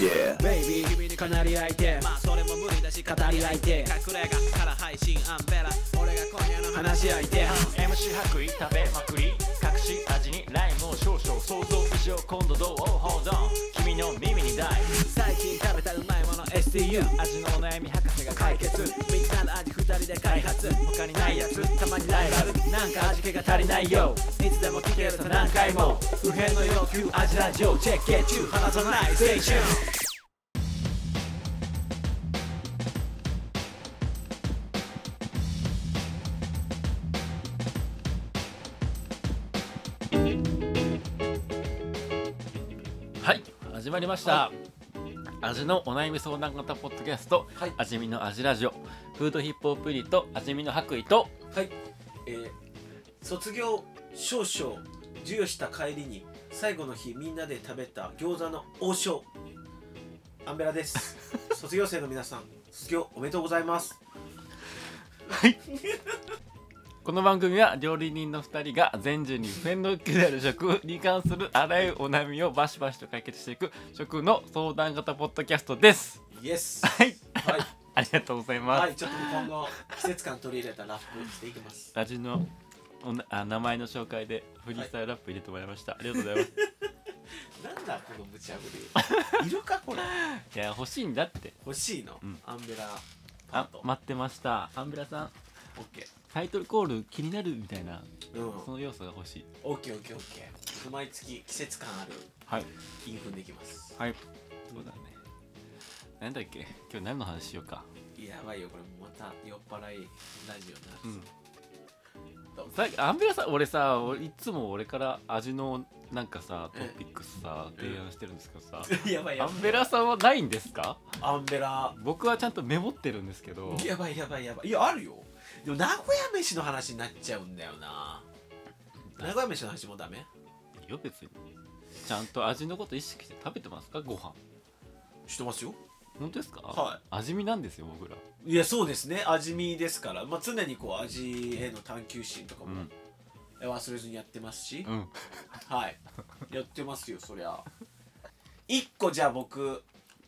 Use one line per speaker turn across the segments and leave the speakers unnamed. Yeah
ベイビー君にかなり相手
まあそれも無理だし語り合いて隠れ家から配信アンベラ俺が今夜の話
話し
し
相
相
手
手
MC 白衣食べまくり隠し味にライムを少々想像以上今度どう Hold on 君の耳に大
最近食べたうまいもの STU
味のお悩み博士が
解
解決
決みんなの味二人で開発他にないやつたまにライバルなんか味気が足りないよいつでも聞けると何回も不変の要求味ラジオチェックゲッチュー離さないステーション
はい始まりました、味のお悩み相談型ポッドキャスト、
はい
味見の味ラジオフードヒップホップリと味見の白衣と
はい、えー卒業少々授与した帰りに最後の日みんなで食べた餃子の王将アンベラです 卒業生の皆さん卒業おめでとうございます
この番組は料理人の2人が全人に不変の気である食 に関するあらゆるお悩みをバシバシと解決していく食の相談型ポッドキャストです
イエス
はい
はい、
ありがとうございます、
はい、ちょっと今後季節感取り入れたラップしていきます
ラジのおなあ名前の紹介でフリースタイルラップ入れてもらいました、ありがとうご ざいます
なんだこの無茶ぶ りいるかこれ
いや欲しいんだって
欲しいの、
うん
アンベラパー
あ
ト
待ってましたアンブラさん
オッケ
タイトルコール気になるみたいな
ーうん
その要素が欲しい
オッケーオッケーオッケー毎月季節感ある
はい
インフンでいきます
はいそうだねなんだっけ今日何の話しようか
やばいよこれまた酔っ払いラジオ
う
に
ん
なる、
さアンベラさん俺さ俺いつも俺から味のなんかさト
うん
ピックスさ提案してるんですけどさ
やばい
ア
やばい
ンベラさんはないんですか
アンベラ
僕はちゃんとメモってるんですけど
やばいやばいやばいいやあるよでも名古屋飯の話になっちゃうんだよな名古屋飯の話もダメ
いいよ別にちゃんと味のこと意識して食べてますかご飯
してますよ
本当ですか
はい
味見なんですよ僕ら
いやそうですね味見ですから、まあ、常にこう味への探求心とか
う
も
ん
忘れずにやってますし、
うん
はいやってますよそりゃ一個じゃあ僕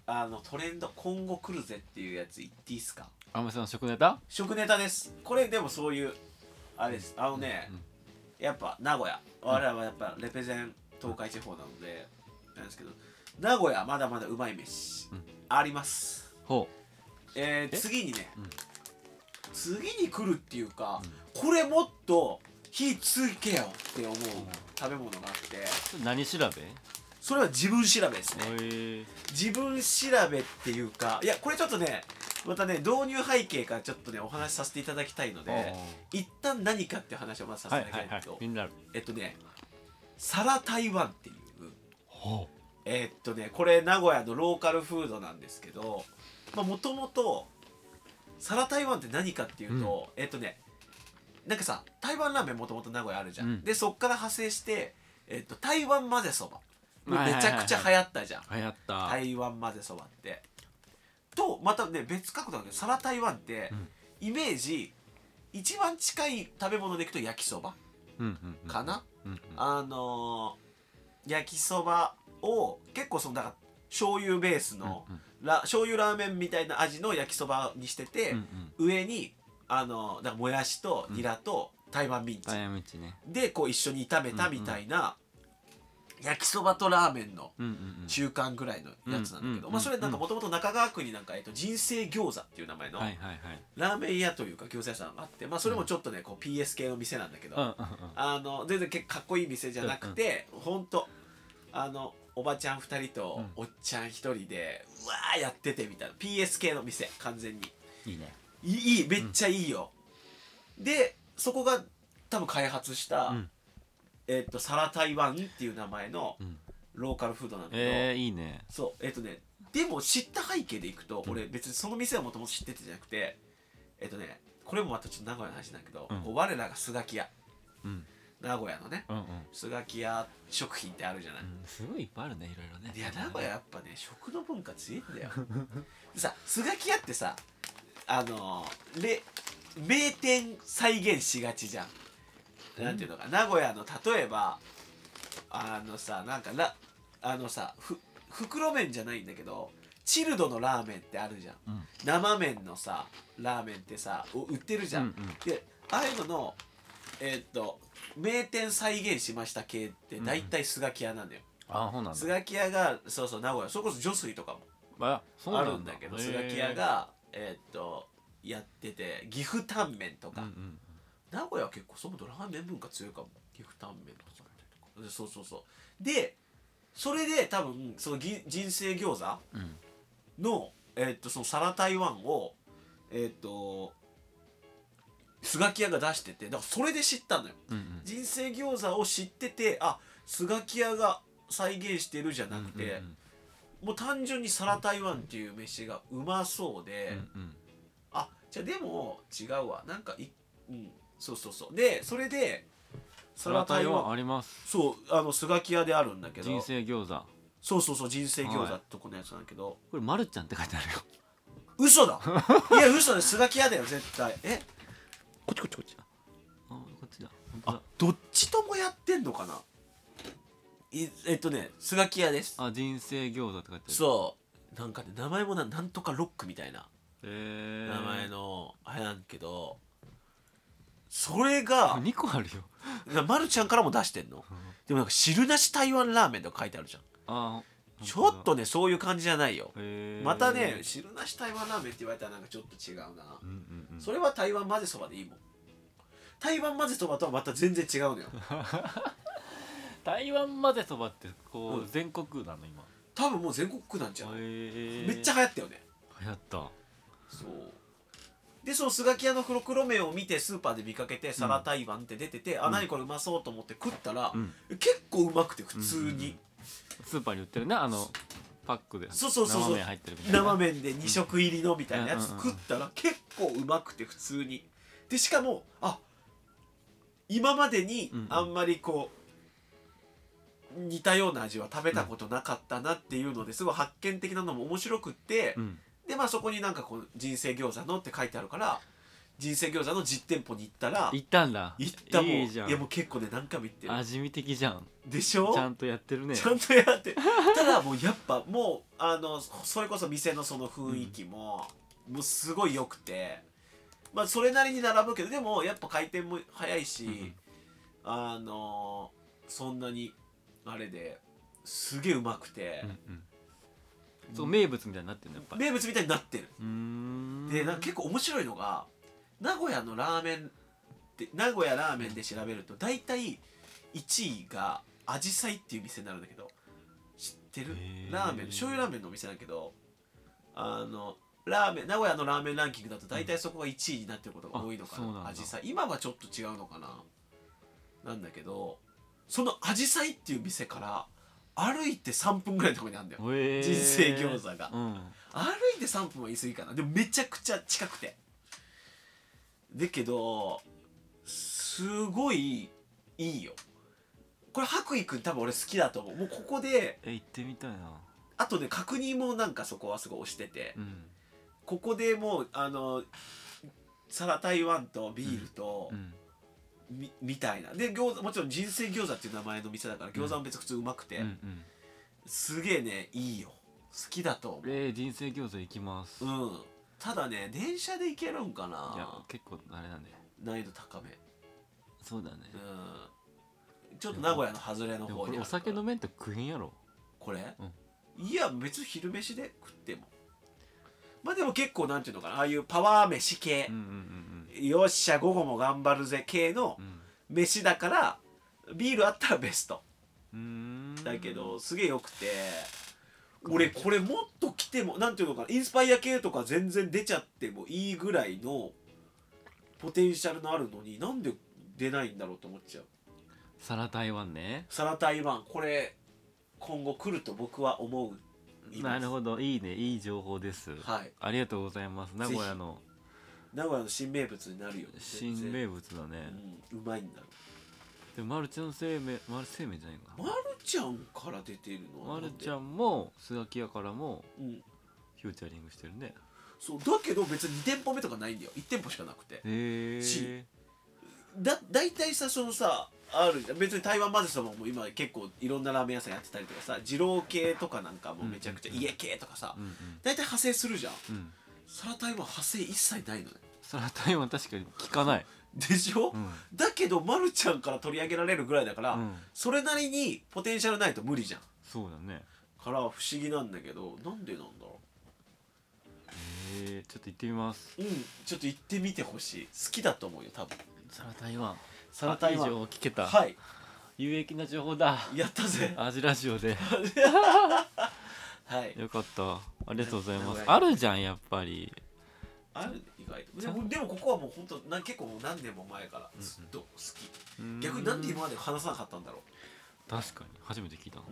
あのトレンド今後来るぜっていうやつ言っていいですか
アンベラさんの食ネタ
食ネタですこれでもそういうあれですあのね、
うん
やっぱ名古屋我らはやっぱレペゼン東海地方なのでなんですけど名古屋まだまだうまい飯、
うん
あります
ほ
えー
え
次にね、
うん
次に来るっていうか、これもっと火つけよって思う食べ物があって
う何調べ
それは自分調べですね
へえ
自分調べっていうかいやこれちょっとねまたね導入背景からちょっとねお話しさせていただきたいので一旦何かっていう話をまずさせ
はい
ていた
は
だ
い
き
は
たいんですけど
いみんな
えっとねサラ台湾っていう
ほ
えっとねこれ名古屋のローカルフードなんですけどもともとサラ台湾って何かっていうと、えっとねなんかさ台湾ラーメンもともと名古屋あるじゃん、
うん
でそっから派生して、えっと、台湾混ぜそば
はいはいはい
め
はい
ちゃくちゃ流行ったじゃん、
う流行った
台湾混ぜそばってとまたね別角度なんだけどサラ台湾って、
うん
イメージ一番近い食べ物でいくと焼きそば
うんうんうん
かな、
うんうん
あのー焼きそばを結構そのだから醤油ベースの、
うんうん
ラ醤油ラーメンみたいな味の焼きそばにしてて、
うんうん
上にあのーだからもやしとニラと台湾ミンチ、
台湾道ね
でこう一緒に炒めたみたいな、焼きそばとラーメンの
うんうんうん
中間ぐらいのやつなんだけど、
うんうんうん
まあ、それなんかもともと中川区になんか、えっと、人生餃子っていう名前の
はいはいはい
ラーメン屋というか餃子屋さんがあって、まあ、それもちょっとねこう PS 系の店なんだけど、
うんうん
あの全然結構かっこいい店じゃなくて、ほんとあのおばちゃん2人とおっちゃん1人で、うわーやっててみたいな PS 系の店完全に
うんいいね
いいいいめっちゃいいよ、でそこが多分開発した、
うん
えっとサラ台湾っていう名前の
うん
ローカルフードなんだけど、
えーいいね
そうえっ、とねでも知った背景でいくと、
うん
俺別にその店はもともと知っててじゃなくてえっ、とねこれもまたちょっと名古屋の話なんだけど、
うん
こう我らがスガキ屋
うん
名古屋のね
うんうん
スガキ屋食品ってあるじゃない、
うんすごいいっぱいあるねいろいろね
いや名古屋やっぱね食の文化強いんだよでさスガキ屋ってさあのーれ名店再現しがちじゃん、なんていうのか名古屋の例えばあのさなんかラあのさふ袋麺じゃないんだけどチルドのラーメンってあるじゃん、
うん
生麺のさラーメンってさお売ってるじゃん、
うんうん
でああいうののえーっと名店再現しました系って大体スガキ屋なんだよ、
あそうなんだ
スガキ屋がそうそう名古屋それこそ女水とかも
あそうな
あ
んだ
るんだけど
へー
スガキ屋がえーっとやってて岐阜タンメンと
う
か、
んうん
名古屋は結構そもそもラーメン文化強いかも岐阜タンメンとかでそうそうそうでそれで多分そのぎ人生餃子
うん
の,、えーっとその皿台湾をえーっとスガキ屋が出しててだからそれで知ったのよ
うんうん
人生餃子を知っててあスガキ屋が再現してるじゃなくて、
うんうん
もう単純に皿台湾っていう飯がうまそうで、
うんうん
あじゃあでも違うわなんかいうんそうそうそうでそれで
そ
そ
れ
れ
は
は
台
台
湾あ
湾
ります
そうあのスガキ屋であるんだけど
人生餃子
そうそうそう人生餃子
はい
ってとこのやつなんだけど、
これ「まるちゃん」って書いてあるよ
嘘 だいや嘘だスガキ屋だよ絶対えこっちこっちこっち
あこっちだ本当
あ
だ
どっちともやってんのかないえっとねスガキ屋です
あ人生餃子って書いてある
そうなんかね名前もななんとかロックみたいな
えー
名前のあれなんだけどそれ が
2個あるよ
まるちゃんからも出してんのでもなんか汁なし台湾ラーメンとか書いてあるじゃん
あ
ちょっとねそういう感じじゃないよ
へー
またね汁なし台湾ラーメンって言われたらなんかちょっと違うな
うんうんうん
それは台湾混ぜそばでいいもん台湾混ぜそばとはまた全然違うのよ
台湾混ぜそばってこ
う
うん全国区なの今
多分もう全国区なんじゃん
へ
め
ー
っちゃ流行ったよね
流行った
そうでそのスガキ屋の黒黒麺を見てスーパーで見かけて皿台湾って出てて、あ何これうまそうと思って食ったら、
うん
結構うまくて普通に、
うんうんうんスーパーに売ってるねあのパックで
そうそうそうそう
生麺入ってるみたいな
生麺で2食入りのみたいなやつ
うん
食ったら結構うまくて普通にでしかもあ今までに
うんうん
あんまりこう似たような味は食べたことなかったなっていうのですごい発見的なのも面白くって、
うん
でまあそこになんかこう「人生餃子の」って書いてあるから人生餃子の実店舗に行ったら
行ったんだ
行ったもん
いいじゃん
いやもう結構ね何回も行ってる
味見的じゃん
でしょ
ちゃんとやってるね
ちゃんとやってただもうやっぱもうあのそれこそ店のその雰囲気も、もうすごい良くてまあそれなりに並ぶけどでもやっぱ回転も早いし、
うん
あのそんなにあれですげえうまくて
うん、うんそう名物みたいになってるんだやっぱり
名物みたいになってる、
うーん
でなんか結構面白いのが名古屋のラーメンって名古屋ラーメンで調べると大体1位がアジサイっていう店になるんだけど知ってる
へー
ラーメン醤油ラーメンのお店だけどあのラーメン名古屋のラーメンランキングだと大体そこが1位になってることが多いのか
あそうなん
な
だ
アジサイ今はちょっと違うのかななんだけどそのアジサイっていう店から歩いて3分ぐらいのところにあるんだよ
へー
人生餃子が
うん
歩いて3分は言い過ぎかなでもめちゃくちゃ近くてだけどすごいいいよこれ白衣くん多分俺好きだと思うもうここで
え行ってみたいな
あとね確認もなんかそこはすごい押してて
うん
ここでもうあの皿台湾とビールと、
うん
みみたいなで餃子もちろん人生餃子っていう名前の店だから餃子も別に普通うまくて、
うんうん
すげえねいいよ好きだと思う
えー人生餃子行きますい
うんただね電車で行けるんか
や
な
結構あれなんで
難易度高め
そうだね
うんちょっと名古屋の外れの
でも
方にあ
これお
るから
酒飲めんと食えんやろ
これ、いや別に昼飯で食ってもまあでも結構なんていうのかなああいうパワー飯系
うん、うんうん
よっしゃ午後も頑張るぜ系の
うんうん
飯だからビールあったらベスト
うーん
だけどすげえよくて俺これもっと来てもなんていうのかなインスパイア系とか全然出ちゃってもいいぐらいのポテンシャルのあるのになんで出ないんだろうと思っちゃう
皿台湾ね
サラ台湾これ今後来ると僕は思う
なる
ど
ほどいいねいい情報です
はい
ありがとうございます名古屋の
名古屋の新名物になるよね全
新
然
名物だね
うんうまいんだろ
でマルちゃん生命マル生命じゃないか
うまるちゃんから出てるの
マ
は
ルちゃ
ん
んもスガキ屋からも
うん
フューチャリングしてるね
そうだけど別に2店舗目とかないんだよ1店舗しかなくて
へえ
しだ大体さそのさあるじゃん別に台湾まぜそばも今結構いろんなラーメン屋さんやってたりとかさ二郎系とかなんかもうめちゃくちゃ家系とかさ
うん
大体派生するじゃん
うんうん
サラ台湾派生一切ないのね
その台湾確かに聞かない、
でしょ、
うん
だけど、ま、るちゃんから取り上げられるぐらいだから、
うん、
それなりにポテンシャルないと無理じゃん
そうだね
から不思議なんだけどなんでなんだろ
えー、ちょっと行ってみます
ううんちょっと行ってみてほしい好きだと思うよ多分
その台湾
サラ台
以
湾
上聞けた、
はい
有益な情報だ
やったぜ
アジラジオで
はい
よかったありがとうございます
はい
あるじゃんやっぱり
あるね意外とでもでもここはもう本当な結構もう何年も前からずっと好き、逆になんで今まで話さなかったんだろ
確かに初めて聞いたの
う、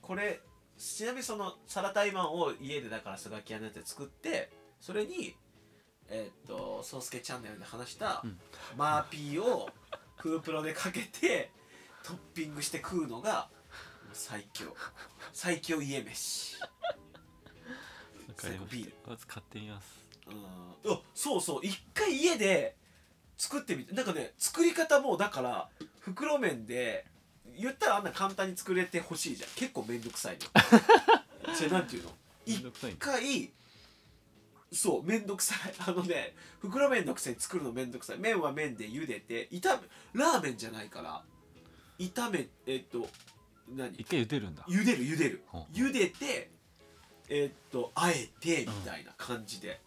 これちなみにそのサラ台湾を家でだからスガキ屋のやつで作ってそれにえーっと「ソースケチャンネル」で話した、
うん
マーピーをフープロでかけてトッピングして食うのがもう最強最強家飯
わか
最
り
高
ま
ビール
したまず買ってみます
うんあそうそう一回家で作ってみてなんかね作り方もだから袋麺で言ったらあんな簡単に作れてほしいじゃん結構めんどくさ いのそれなんていうの
め
一
んどくさいね
回そうめんどくさい あのね袋麺のくせに作るのめんどくさい麺は麺で茹でて炒めラーメンじゃないから炒めえっと何
一回茹でるんだ
茹でる茹でる
ほうほう
茹でてえーっとあえてみたいな感じで、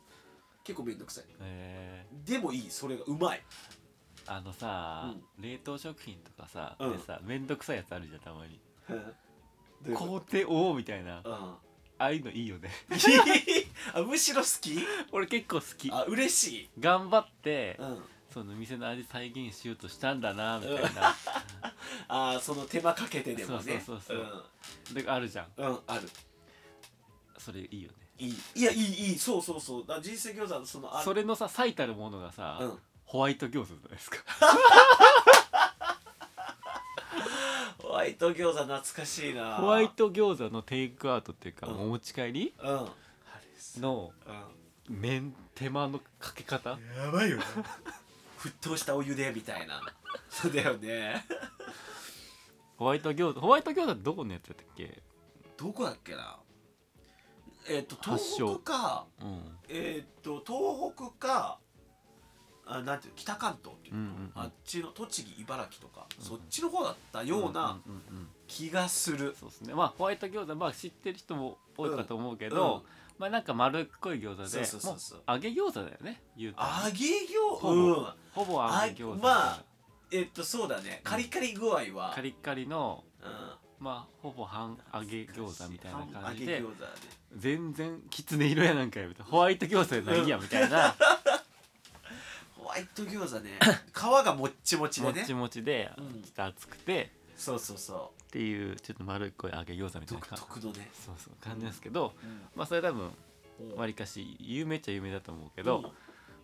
結構めんどくさい
え
でもいいそれがうまい
ー、あのさ、冷凍食品とかさ、
うん
でさめんどくさいやつあるじゃんたまに
どういうこ
工程多みたい な
とうん
ああいうのいいよね
あむしろ好き
俺結構好き
あ嬉しい、
頑張って、
うん、
その店の味再現しようとしたんだなみたいな
あーその手間かけてでもね
そうそうそうであるじゃん
うん、うん、ある
それいいよね
いいいやいいいいそうそうそうだ人生餃子のそのあ
それのさ最たるものがさ、
うん
ホワイト餃子じゃないですか
ホワイト餃子懐かしいな
ホワイト餃子のテイクアウトっていうか、
うん
お持ち帰り
うんあ
の
れ
麺手間のかけ方
うんやばいよ 沸騰したお湯でみたいなそうだよね
ホワイト餃子ホワイト餃子ってどこのやつやったっけ
どこだっけなえっ、と
発
東
祥
北か
うん
えっ、と東北かあなんていうの北関東っていうの、
うんうんうん
あっちの栃木茨城とか、そっちの方だったような
うんうんうんうん
気がする、
そうですねまあホワイト餃子まあ知ってる人も多いかと思うけど、
うん
まあなんか丸っこい餃子で
そうそうそうそう
もう揚げ餃子だよね言うたら
揚げ餃
ほ
子、
ぼ
うん、
ほぼ揚げ餃
あ
子
まあえっ、とそうだねカリカリ具合は、
カリッカリの
うん
まあほぼ半揚げ餃子みたいな感じ
揚
で
げ餃子で
全然きつね色やなんかやみたいなホワイト餃子やないやみた いな
ホワイト餃子 ね皮がもっちもち
も
で
っ
ね
ちもちでちょ
うん
っと熱くて
そうそうそ
っていうちょっと丸っこい揚げ餃子み
う
たいな
独
感じ
特のね、
そうそう感じですけど
うん
まあそれ多分
うん
わりかし有名っちゃ有名だと思うけど、
うん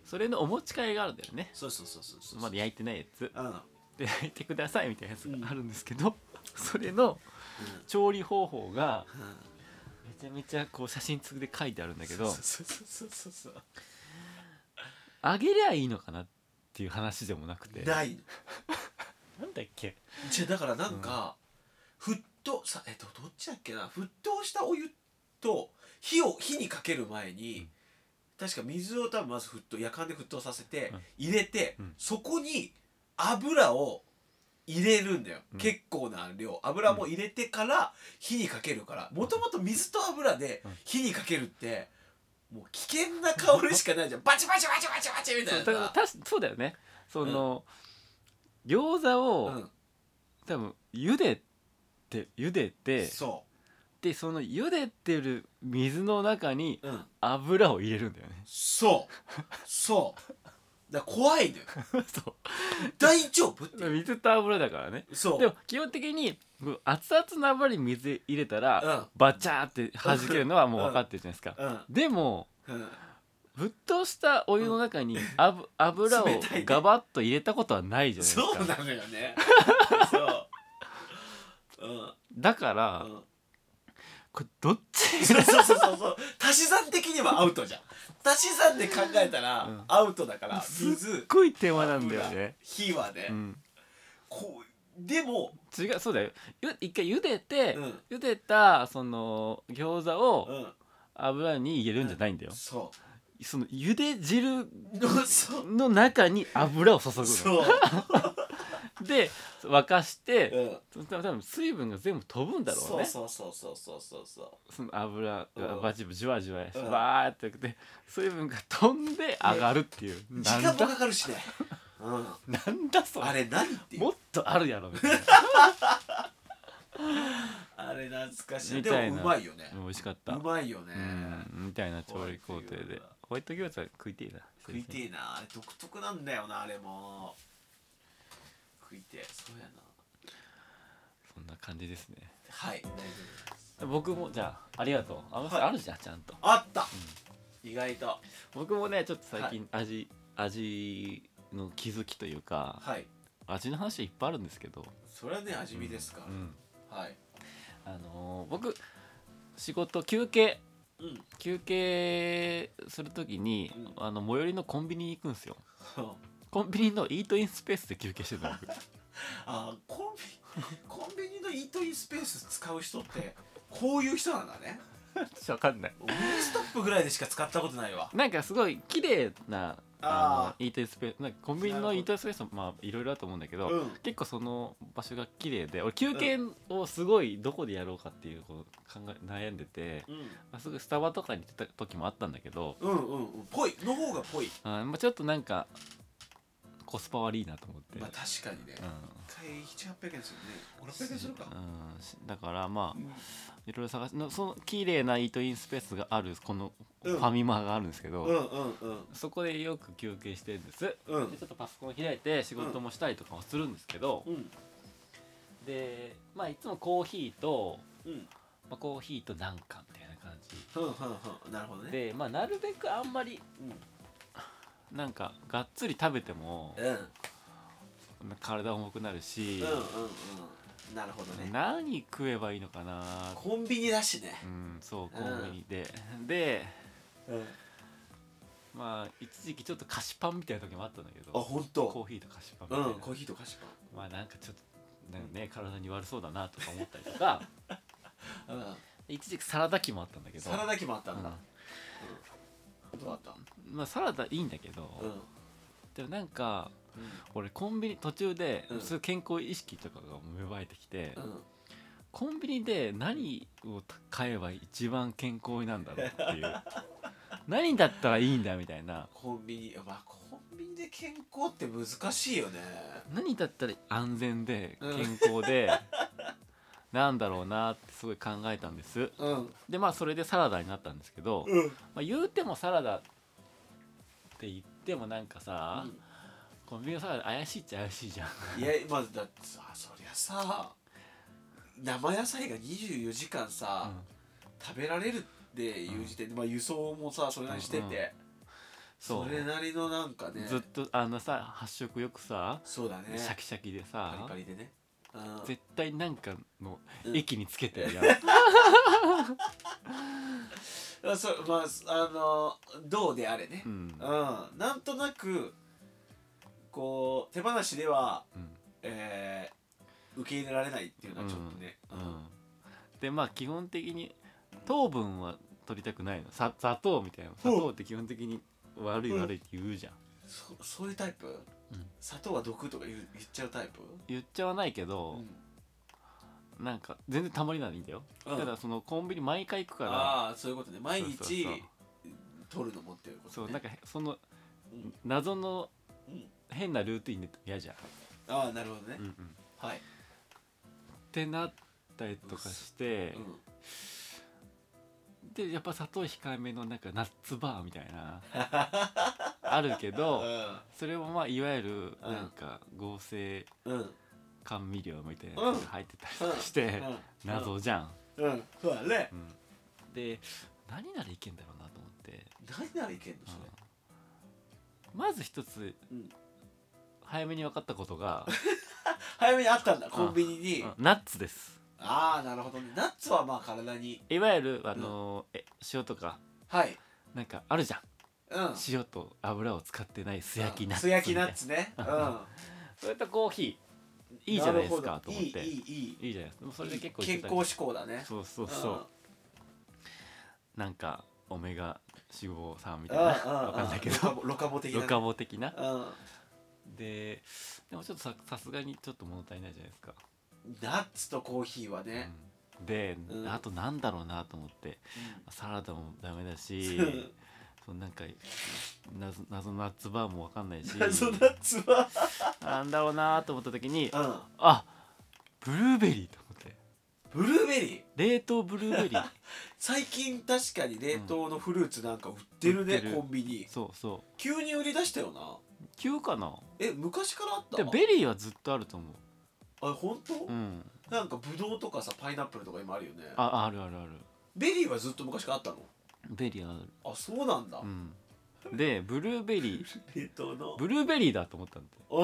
それのお持ち帰りがあるんだよね
そうそうそうそうそう
まだ焼いてないやつ
うん、うん
で焼いてくださいみたいなやつがあるんですけど、それの調理方法が
うん
めちゃめちゃこう写真付きで書いてあるんだけど
そうそうそうそうそう
揚げりゃいいのかなっていう話でもなくて
ないの
なんだっけ
じゃあだからなんか、沸騰さえっとどっちだっけな沸騰したお湯と火を火にかける前に、確か水を多分まず沸騰やかんで沸騰させて
うん
入れて、
うん
そこに油を入れるんだよ、
うん
結構な量油も入れてから火にかけるからもともと水と油で
うん
火にかけるってもう危険な香りしかないじゃんバチバチバチバチバチみた
そ
いうな
だから
さ
たしそうだよねその、餃子を、
うん、
多分茹でて茹でて
そ
でその茹でてる水の中に
う、うん、
油を入れるんだよね
そうそうだから怖いのよ
そう
大丈夫って
水と油だからね
そう
でも基本的にこう熱々の油に水入れたら、
うん
バチャーって弾けるのはもう分かってるじゃないですか、
うん
でも
うん
沸騰したお湯の中にあぶ油を
冷たいね
ガバッと入れたことはないじゃないですか
そうなのよねそううん
だから、
うん
これどっち
そうそうそうそう足し算的にはアウトじゃん足し算で考えた
うん
らアウトだから
すっ
水
ごい手間なんだよね、
火はね
うん、
こうでも、
違うそうだよゆ一回茹でて、
うん
茹でたその餃子
う
を
ん、
油に入れるんじゃないんだよ、
そ
その茹で汁
うのそう
の中に油を注ぐの
そう、
で沸かして、
うん、
その多分水分が全部飛ぶんだろうねそ
そうそうそうそうそうそう
の油が
うん
バチブじわじわして
うん
バーってくて水分が飛んで上がるっていう、
時
なん
間も
だ
かかるしね、うん、
なんだそれ
あれ何っていう
もっとあるやろみたいな
あれ懐かしい
み
で
たいな
もうまいよね
美味しかった
うまいよね、
うんみたいな調理工程でホワイト餃子食いてえな
食いてえなあれ独特なんだよなあれも食いてえそうやな
そんな感じですね
はい大丈夫です
僕もじゃあありがとうあの
はい
あるじゃんちゃんと
あった、意外と
僕もねちょっと最近味、味の気づきというか
はい
味の話いっぱいあるんですけど、
それはね味見ですから、
うん
はい
あのー僕仕事休憩
うん
休憩するときに、
う
あの最寄りのコンビニに行くんですよコンビニのイートインスペースで休憩して た僕
あコンビ コンビニのイートインスペース使う人ってこういう人なんだね
ちょっとわかんない
ミニストップぐらいでしか使ったことないわ
なんかすごい綺麗なあ
あ
のイートインスペースなんかコンビニのイートインスペースもまあいろいろあると思うんだけど、
うん
結構その場所が綺麗で俺休憩をすごいどこでやろうかっていうこう考え悩んでて、
うん
まあ、すぐスタバとかに行ってた時もあったんだけど、
うんうんうんぽいの方がぽい
あーまあ、ちょっとなんかコスパ悪いなと思って、
まあ確かにね、
う
一回7800円するね500円するか
んうんしだからまあいろいろ探しのその綺麗なイートインスペースがあるこの
うん
ファミマがあるんですけど、
うんうんうん
そこでよく休憩してるんです、
うん
でちょっとパソコン開いて仕事もしたりとかもするんですけど、
うん
でまあいつもコーヒーと、
うん
まあ、コーヒーとなんかみたいな感じ
うんうんうんなるほどね
でまあなるべくあんまりなんかがっつり食べても
うんうんうん
体重くなる
う
し、
んなるほどね
何食えばいいのかな
コンビニだしね
うんそう
う
コ
ん
ンビニで、で
うん
まあ一時期ちょっと菓子パンみたいな時もあったんだけ
あ
ど
本
コ
当
ーヒーと菓子パンみ
う
たいな、
んコーヒーと菓子
まあなんかちょっとなんかね体に悪そうだなとか思ったりとか
パンうん
一時期サラダ機もあったんだけど
サラダ機もあったんだ
うん
どうだった
まあサラダいいんだけど、
うん
でもなんか俺コンビニ途中で、
うん
そういう健康意識とかが芽生えてきて、
うん
コンビニで何を買えば一番健康になるんだろうっていう何だったらいいんだみたいな
コンビニまあコンビニで健康って難しいよね
何だったら安全で
うん
健康で、 なんだろうなってすごい考えたんです
うん
でまあそれでサラダになったんですけど、
うん
まあ、言うてもサラダって言ってもなんかさ、コンビニのサラダ怪しいっちゃ怪しいじゃん
いやまずだってさそりゃさ生野菜が24時間さ、
うん
食べられるっていう時点で、まあ輸送もさそれなりしてて、
うんうん そ
そうれなりのなんかね
ずっとあのさ発色よくさ、
そうだね
シャキシャキで
パ
さ
リパリでねうん
絶対なんかの
うん
液につけてるやん、
あそまああのどうであれね
う
うん、
ん
なんとなくこう手放しでは、
うん
えー受け入れられないっていうのはちょっとね、
う
うん
んでまあ基本的に糖分は取りたくないのさ砂糖みたいな砂糖って基本的に悪い
うん
悪いって言うじゃん、
そそういうタイプ、
ん
砂糖は毒とか言う言っちゃうタイプ、
言っちゃわないけ
う
ど、
ん
なんか全然たまりないんだよ、
うん
ただそのコンビニ毎回行くから
ああそういうことね毎日
そうそう
取るの持ってること、
そ
ね、
うなんかその
うん
謎の
うん
変なルーティンで嫌じゃん、
ああなるほどね、
うんうん
はい、
ってなったりとかして、
う
でやっぱ砂糖控えめのなんかナッツバーみたい なあるけどそれもまあいわゆる
うん
なんか合成
んうん
甘味料みたいなやつが入ってたりとかして
うん
謎じゃん、
うん、うん、そうだね
うんで何ならいけんだろうなと思って、
何ならいけんのそれ
うんまず一つ、
うん
早めに分かったことが、
早めにあったんだコンビニに、
うんナッツです
ああなるほどねナッツはまあ体に
いわゆるあのーえ塩とか
はい
なんかあるじゃん
うん
塩と油を使ってない素焼きナッツ
素焼きナッツねうん
それとコーヒー いいじゃないですかと思って
なるほどいいいいいい
いいじゃないですかでもそれで結構言っ
健
てた
康志向だね
そうそうそうなんかオメガ脂肪酸み
う
た
ん
いな
あ
わかんないけど
ロカボ的な
ロ
ね
カボ的な
うん
ででもちょっとささすがにちょっと物足りないじゃないですか、
ナッツとコーヒーはね、
うんで、
うん
あとなんだろうなと思ってサラダもダメだ しそうなんか謎謎のナッツバーもわかんないし
謎ナッツは
なんだろうなと思った時に
うん
あブルーベリーと思って
ブルーベリー
冷凍ブルー ベリー
最近確かに冷凍のフルーツなんか売ってるね、
売ってる
コンビニ
そうそう
急に売り出したよな
急かな
え昔からあった
でベリーはずっとあると思
あ本当、
ううん
なんかブドウとかさパイナップルとか今あるよね
ああるあるある
ベリーはずっと昔からあったの
ベリーある
あそうなんだ、
うんでブルーベリー
冷凍の
ブルーベリーだと思ったんで
う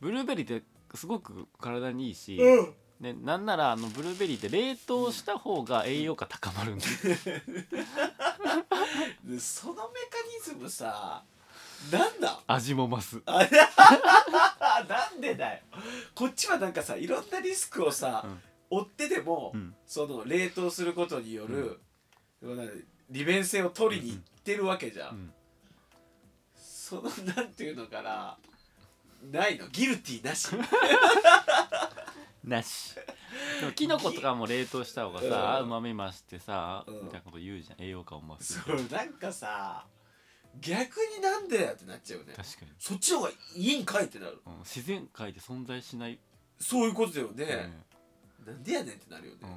ブルーベリーってすごく体にいいし、
んうん
ね、なんならあのブルーベリーって冷凍した方が栄養価高 まるんで、
でそのメカニズムさなんだ
味も増す
あ なんでだよこっちはなんかさいろんなリスクをさ、追ってでも、
うん
その冷凍することによる、なんか利便性を取りに行ってるわけじゃん、
うん
そのなんていうのかなないのギルティーなし
なしでもキノコとかも冷凍した方がさ
うん
うまみ増してさ、
うん
みたいなこと言うじゃん栄養価を増す
それなんかさ逆になんでだよってなっちゃうよね
確かに、
そっちの方がいいんかいってなる
うん、自然界で存在しない、
そういうことだよね、なんでやねんってなるよ
う
ね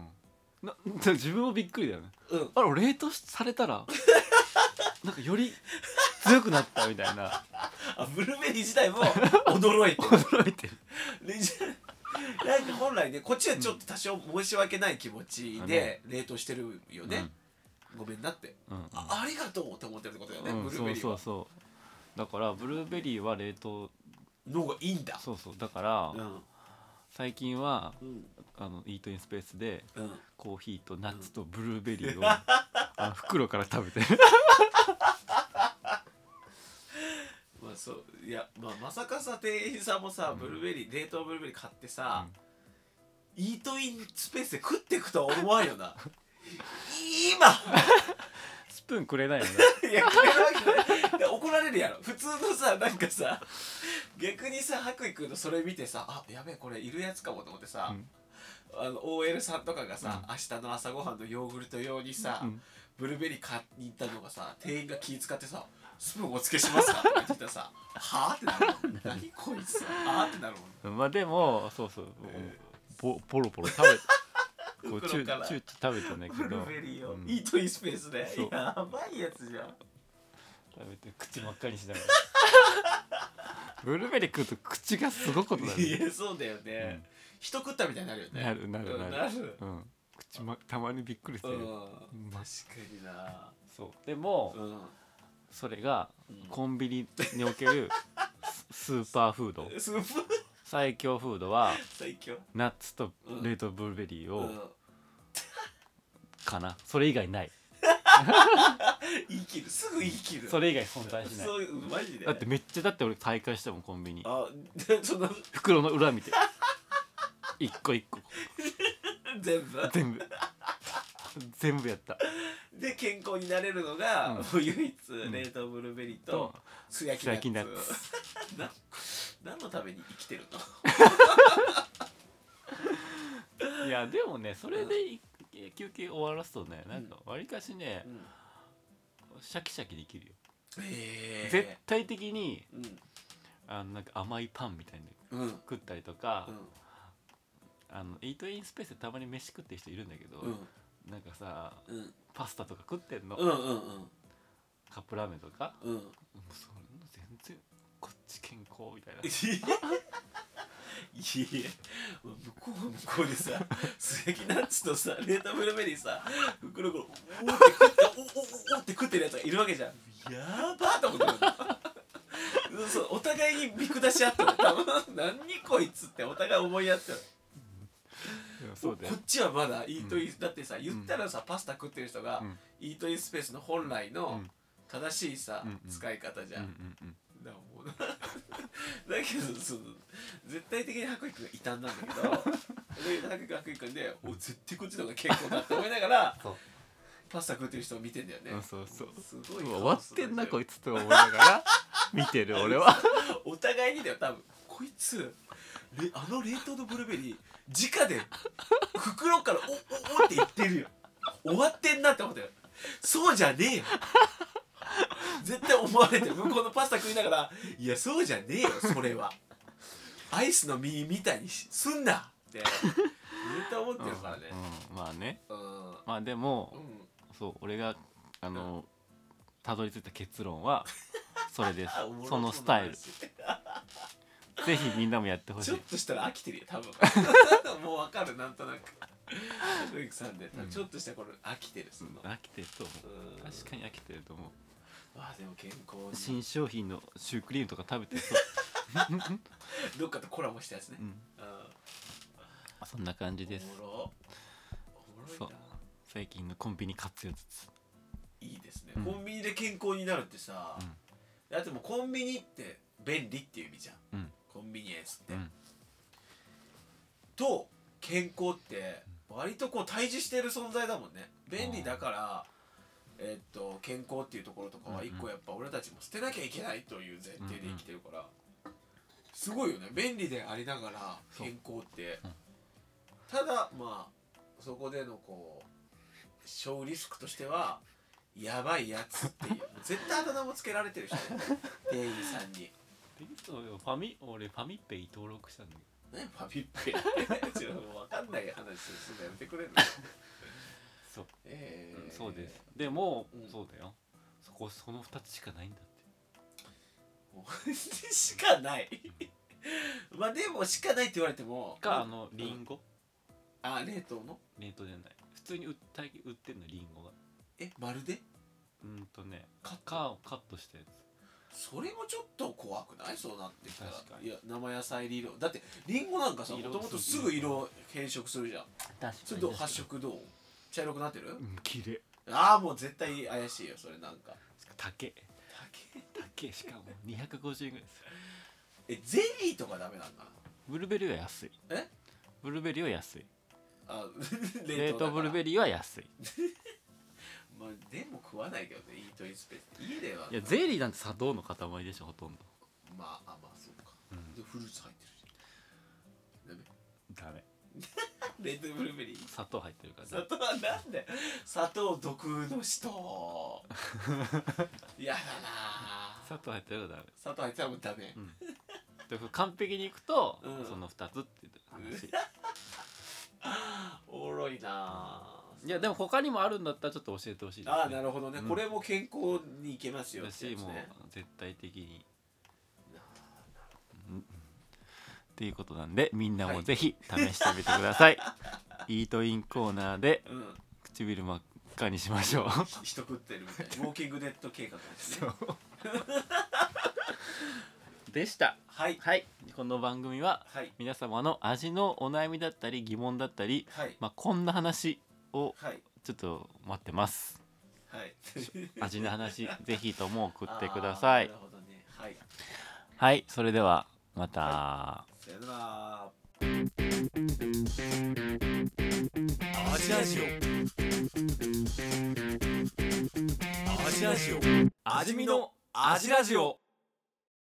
んな 自分もびっくりだよね
うん、
あれ冷凍さ れたらなんかより強くなったみた いな
あブルーベリー自体も驚いてる
驚いてる
でじゃなんか本来ねこっちはちょっと多少申し訳ない気持ちで冷凍してるよね、ごめんなって
うん、うん
あありがとうって思ってるってことだよね、
うん、
ブルー
そ
ベ
う
リー
そ
は
うそうだからブルーベリーは冷凍
の方がいいんだ
そうそうだから、
うん
最近は
うん
あのイートインスペースで
うん
コーヒーとナッツとブルーベリ ーを、あの袋から食べてる
まあそういや、まあ、まさかさ店員さんもさブルーベリー、冷凍ブルーベリー買ってさ、イートインスペースで食ってくとは思わんよな今
スプーンくれないよね
いや、これはで怒られるやろ。普通のさ、なんかさ、逆にさ、白衣くんのそれ見てさ、あ、やべえ、これいるやつかもと思ってさ、
うん
あの OL さんとかがさ、明日の朝ごはんのヨーグルト用にさ、
うん
ブルーベリー買いに行ったのがさ、店員が気使ってさ、スプーンお付けしますかって言ってきたらさ、はぁってなるも ん。何こいつはぁってなるもん。
まあでもそうそう、ぼポロポロ食べ こうチュ
袋から
ーチューチュー食べてんだけ
ブ
ど
ルーベリーを、
うん
イートインスペースで
そう
やばいやつじゃん
食べて口真っ赤にしながら ブルーベリー食うと口がすごくなる
いやそうだよね、人食ったみたいになるよね
なるなるなる
なる
うん、口、ま、たまにびっくりす
うん
る、
確かにな
そうでも、
う
それが
ん
コンビニにお けるススーパーフード
んスープ
最強フードは
最強
ナッツと冷凍ブルーベリー
う
を
ん
かなそれ以外ない
言い切るすぐ言い切る
それ以外存在しない
そういうマジで
だってめっちゃだって俺大会したもんコンビニ
あでその
袋の裏見て一個一個
全部
全部全部やった
で健康になれるのが、
うん
もう唯一
ん
冷凍ブルーベリーと
と
素焼き
素焼き
ナ
ナ
ッ
ッ
ツ
ツ
な何のために生きてるの
いやでもねそれでい休憩終わらすとねなんかわりかしねシャキシャキできるよ
へ
絶
え
対的に
うん
あのなんか甘いパンみたいなの
うんうん
食ったりとか、あのイートインスペースでたまに飯食ってる人いるんだけど、
うん
なんかさ
うん
パスタとか食ってんの、
うんうん
カップラーメンとか
うんうん
もうそんな全然こっち健康みたいない
やいや向こうは向こうでさ素焼きナッツとさ冷凍ブルーベリーさ袋からおーって食っておおおおって食ってるやつがいるわけじゃんやばーと思ってるそうお互いに見下し合ってる多分何こいつってお互い思いやってる
やそうだよ
こっちはまだイートイン、だってさ言ったらさパスタ食ってる人が、
うん
イートインスペースの本来
う
の
ん
正しいさ、
うんうん
使い方じ
う
ゃ
ん
ん、
うんうん
だもうだ けどその絶対的に白衣くんが異端なんだ けどだけど白衣くんは白衣くんでお絶対こっちの方が健康だって思いながら
そう
パスタ食ってる人を見てんだよね、
うんそうそう
すごいう
わ終わってんなこ
い
いつと思いながら見てる俺 は
お互いにだよ多分こいつれあの冷凍のブルーベリー直で袋からおおおって言ってるよ終わってんなって思ったよそうじゃねえよ絶対思われてる向こうのパスタ食いながら「いやそうじゃねえよそれはアイスの実みたいにしすんな」って絶対思ってるからね
うん、まあね
うん
まあでも
うん
そう俺があのたどり着いた結 論はそれです
あおもろい
そのスタイル
話
ぜひみんなもやってほし
ちょっ
い
としたら飽きてるよ 多分もうわかるなんとなくルイクさんで、
うん
ちょっとしたらこれ飽きてるその、
飽きてると思う
うん
確かに飽きてると思う
あでも健康に
新商品のシュークリームとか食べてそう、
どっかとコラボしたやつね、
うん、
あ
そんな感じ
ー
です
おもろおもろい
そう
な
最近のコンビニ活用術
いいですね、
うん
コンビニで健康になるってさ、だってもうコンビニって便利っていう意味じゃん
うん
コンビニエンスって、
うん
と健康って割とこう対峙してる存在だもんね便利だから、えっと健康っていうところとかは一
うんう
個やっぱ俺たちも捨てなきゃいけないという前提で生きてるから、すごいよね便利でありながら
そう
健康って、
うん
ただまあそこでのこう小リスクとしてはやばいやつって いう絶対あだ名もつけられてるしね店員さんに
ファミ俺ファミペイ登録したんだけ
何ファビッペってちょっともう分かんない話するのやめてくれる
そう、
えー
そうですでも、
うん
そうだよそこその2つしかないんだって
もう しかない まあでもしかないって言われても
かあのリンゴ
あ冷凍の
冷凍じゃない普通に売った売ってんのリンゴが
えまるで
うーんとね
カッ
缶をカットしたや
それもちょっと怖くないそうなってきたら
確かに
いや生野菜理論だってリンゴなんかさも
色
ともとすぐ色変色するじゃん
つ
それどう発色どう茶色くなってる、
うん綺麗
ああもう絶対怪しいよそれなんか
竹竹しかも250円ぐらいでする
えゼリーとかダメなんだな
ブルーベリーは安い
え
ブルーベリーは安い
あ
冷凍ブルーベ
リー
リーは安い
まあでも食わないけどねイートインスペース家ではい
やゼリーなんて砂糖の塊でしょほとんど
まああまあそうか、
うん
でフルーツ入ってるしダメ
ダメ
冷凍ブルーベリー
砂糖入ってるから
砂
ね
糖はなんで砂糖毒の 人やだな
砂糖入ってるからダメ
砂糖入ってたらもうダメ、
で完璧にいくと、
うん
その2つっていう話
おもろいな、
いやでも他にもあるんだったらちょっと教えてほしいです、ね、
ああなるほどね、
うん
これも健康にいけますよ
だ
って
し
やつ
もう
ね
絶対的にうんっていうことなんでみんなもぜひ試してみてくださ い、イートインコーナーで
うん
唇真っ赤にしましょう
人食ってるみたいなウォーキングデッド計画です
そ
ね
う でした
はい
はいこの番組は
はい
皆様の味のお悩みだったり疑問だったり、
はい
まあ、こんな話を
はい
ちょっと待ってます
はい
味の 話ぜひとも送ってくださ
あー
い
なるほどねはい
はいそれではまた、
さよなら
アジラジオアジラジオ味見のアジラジオ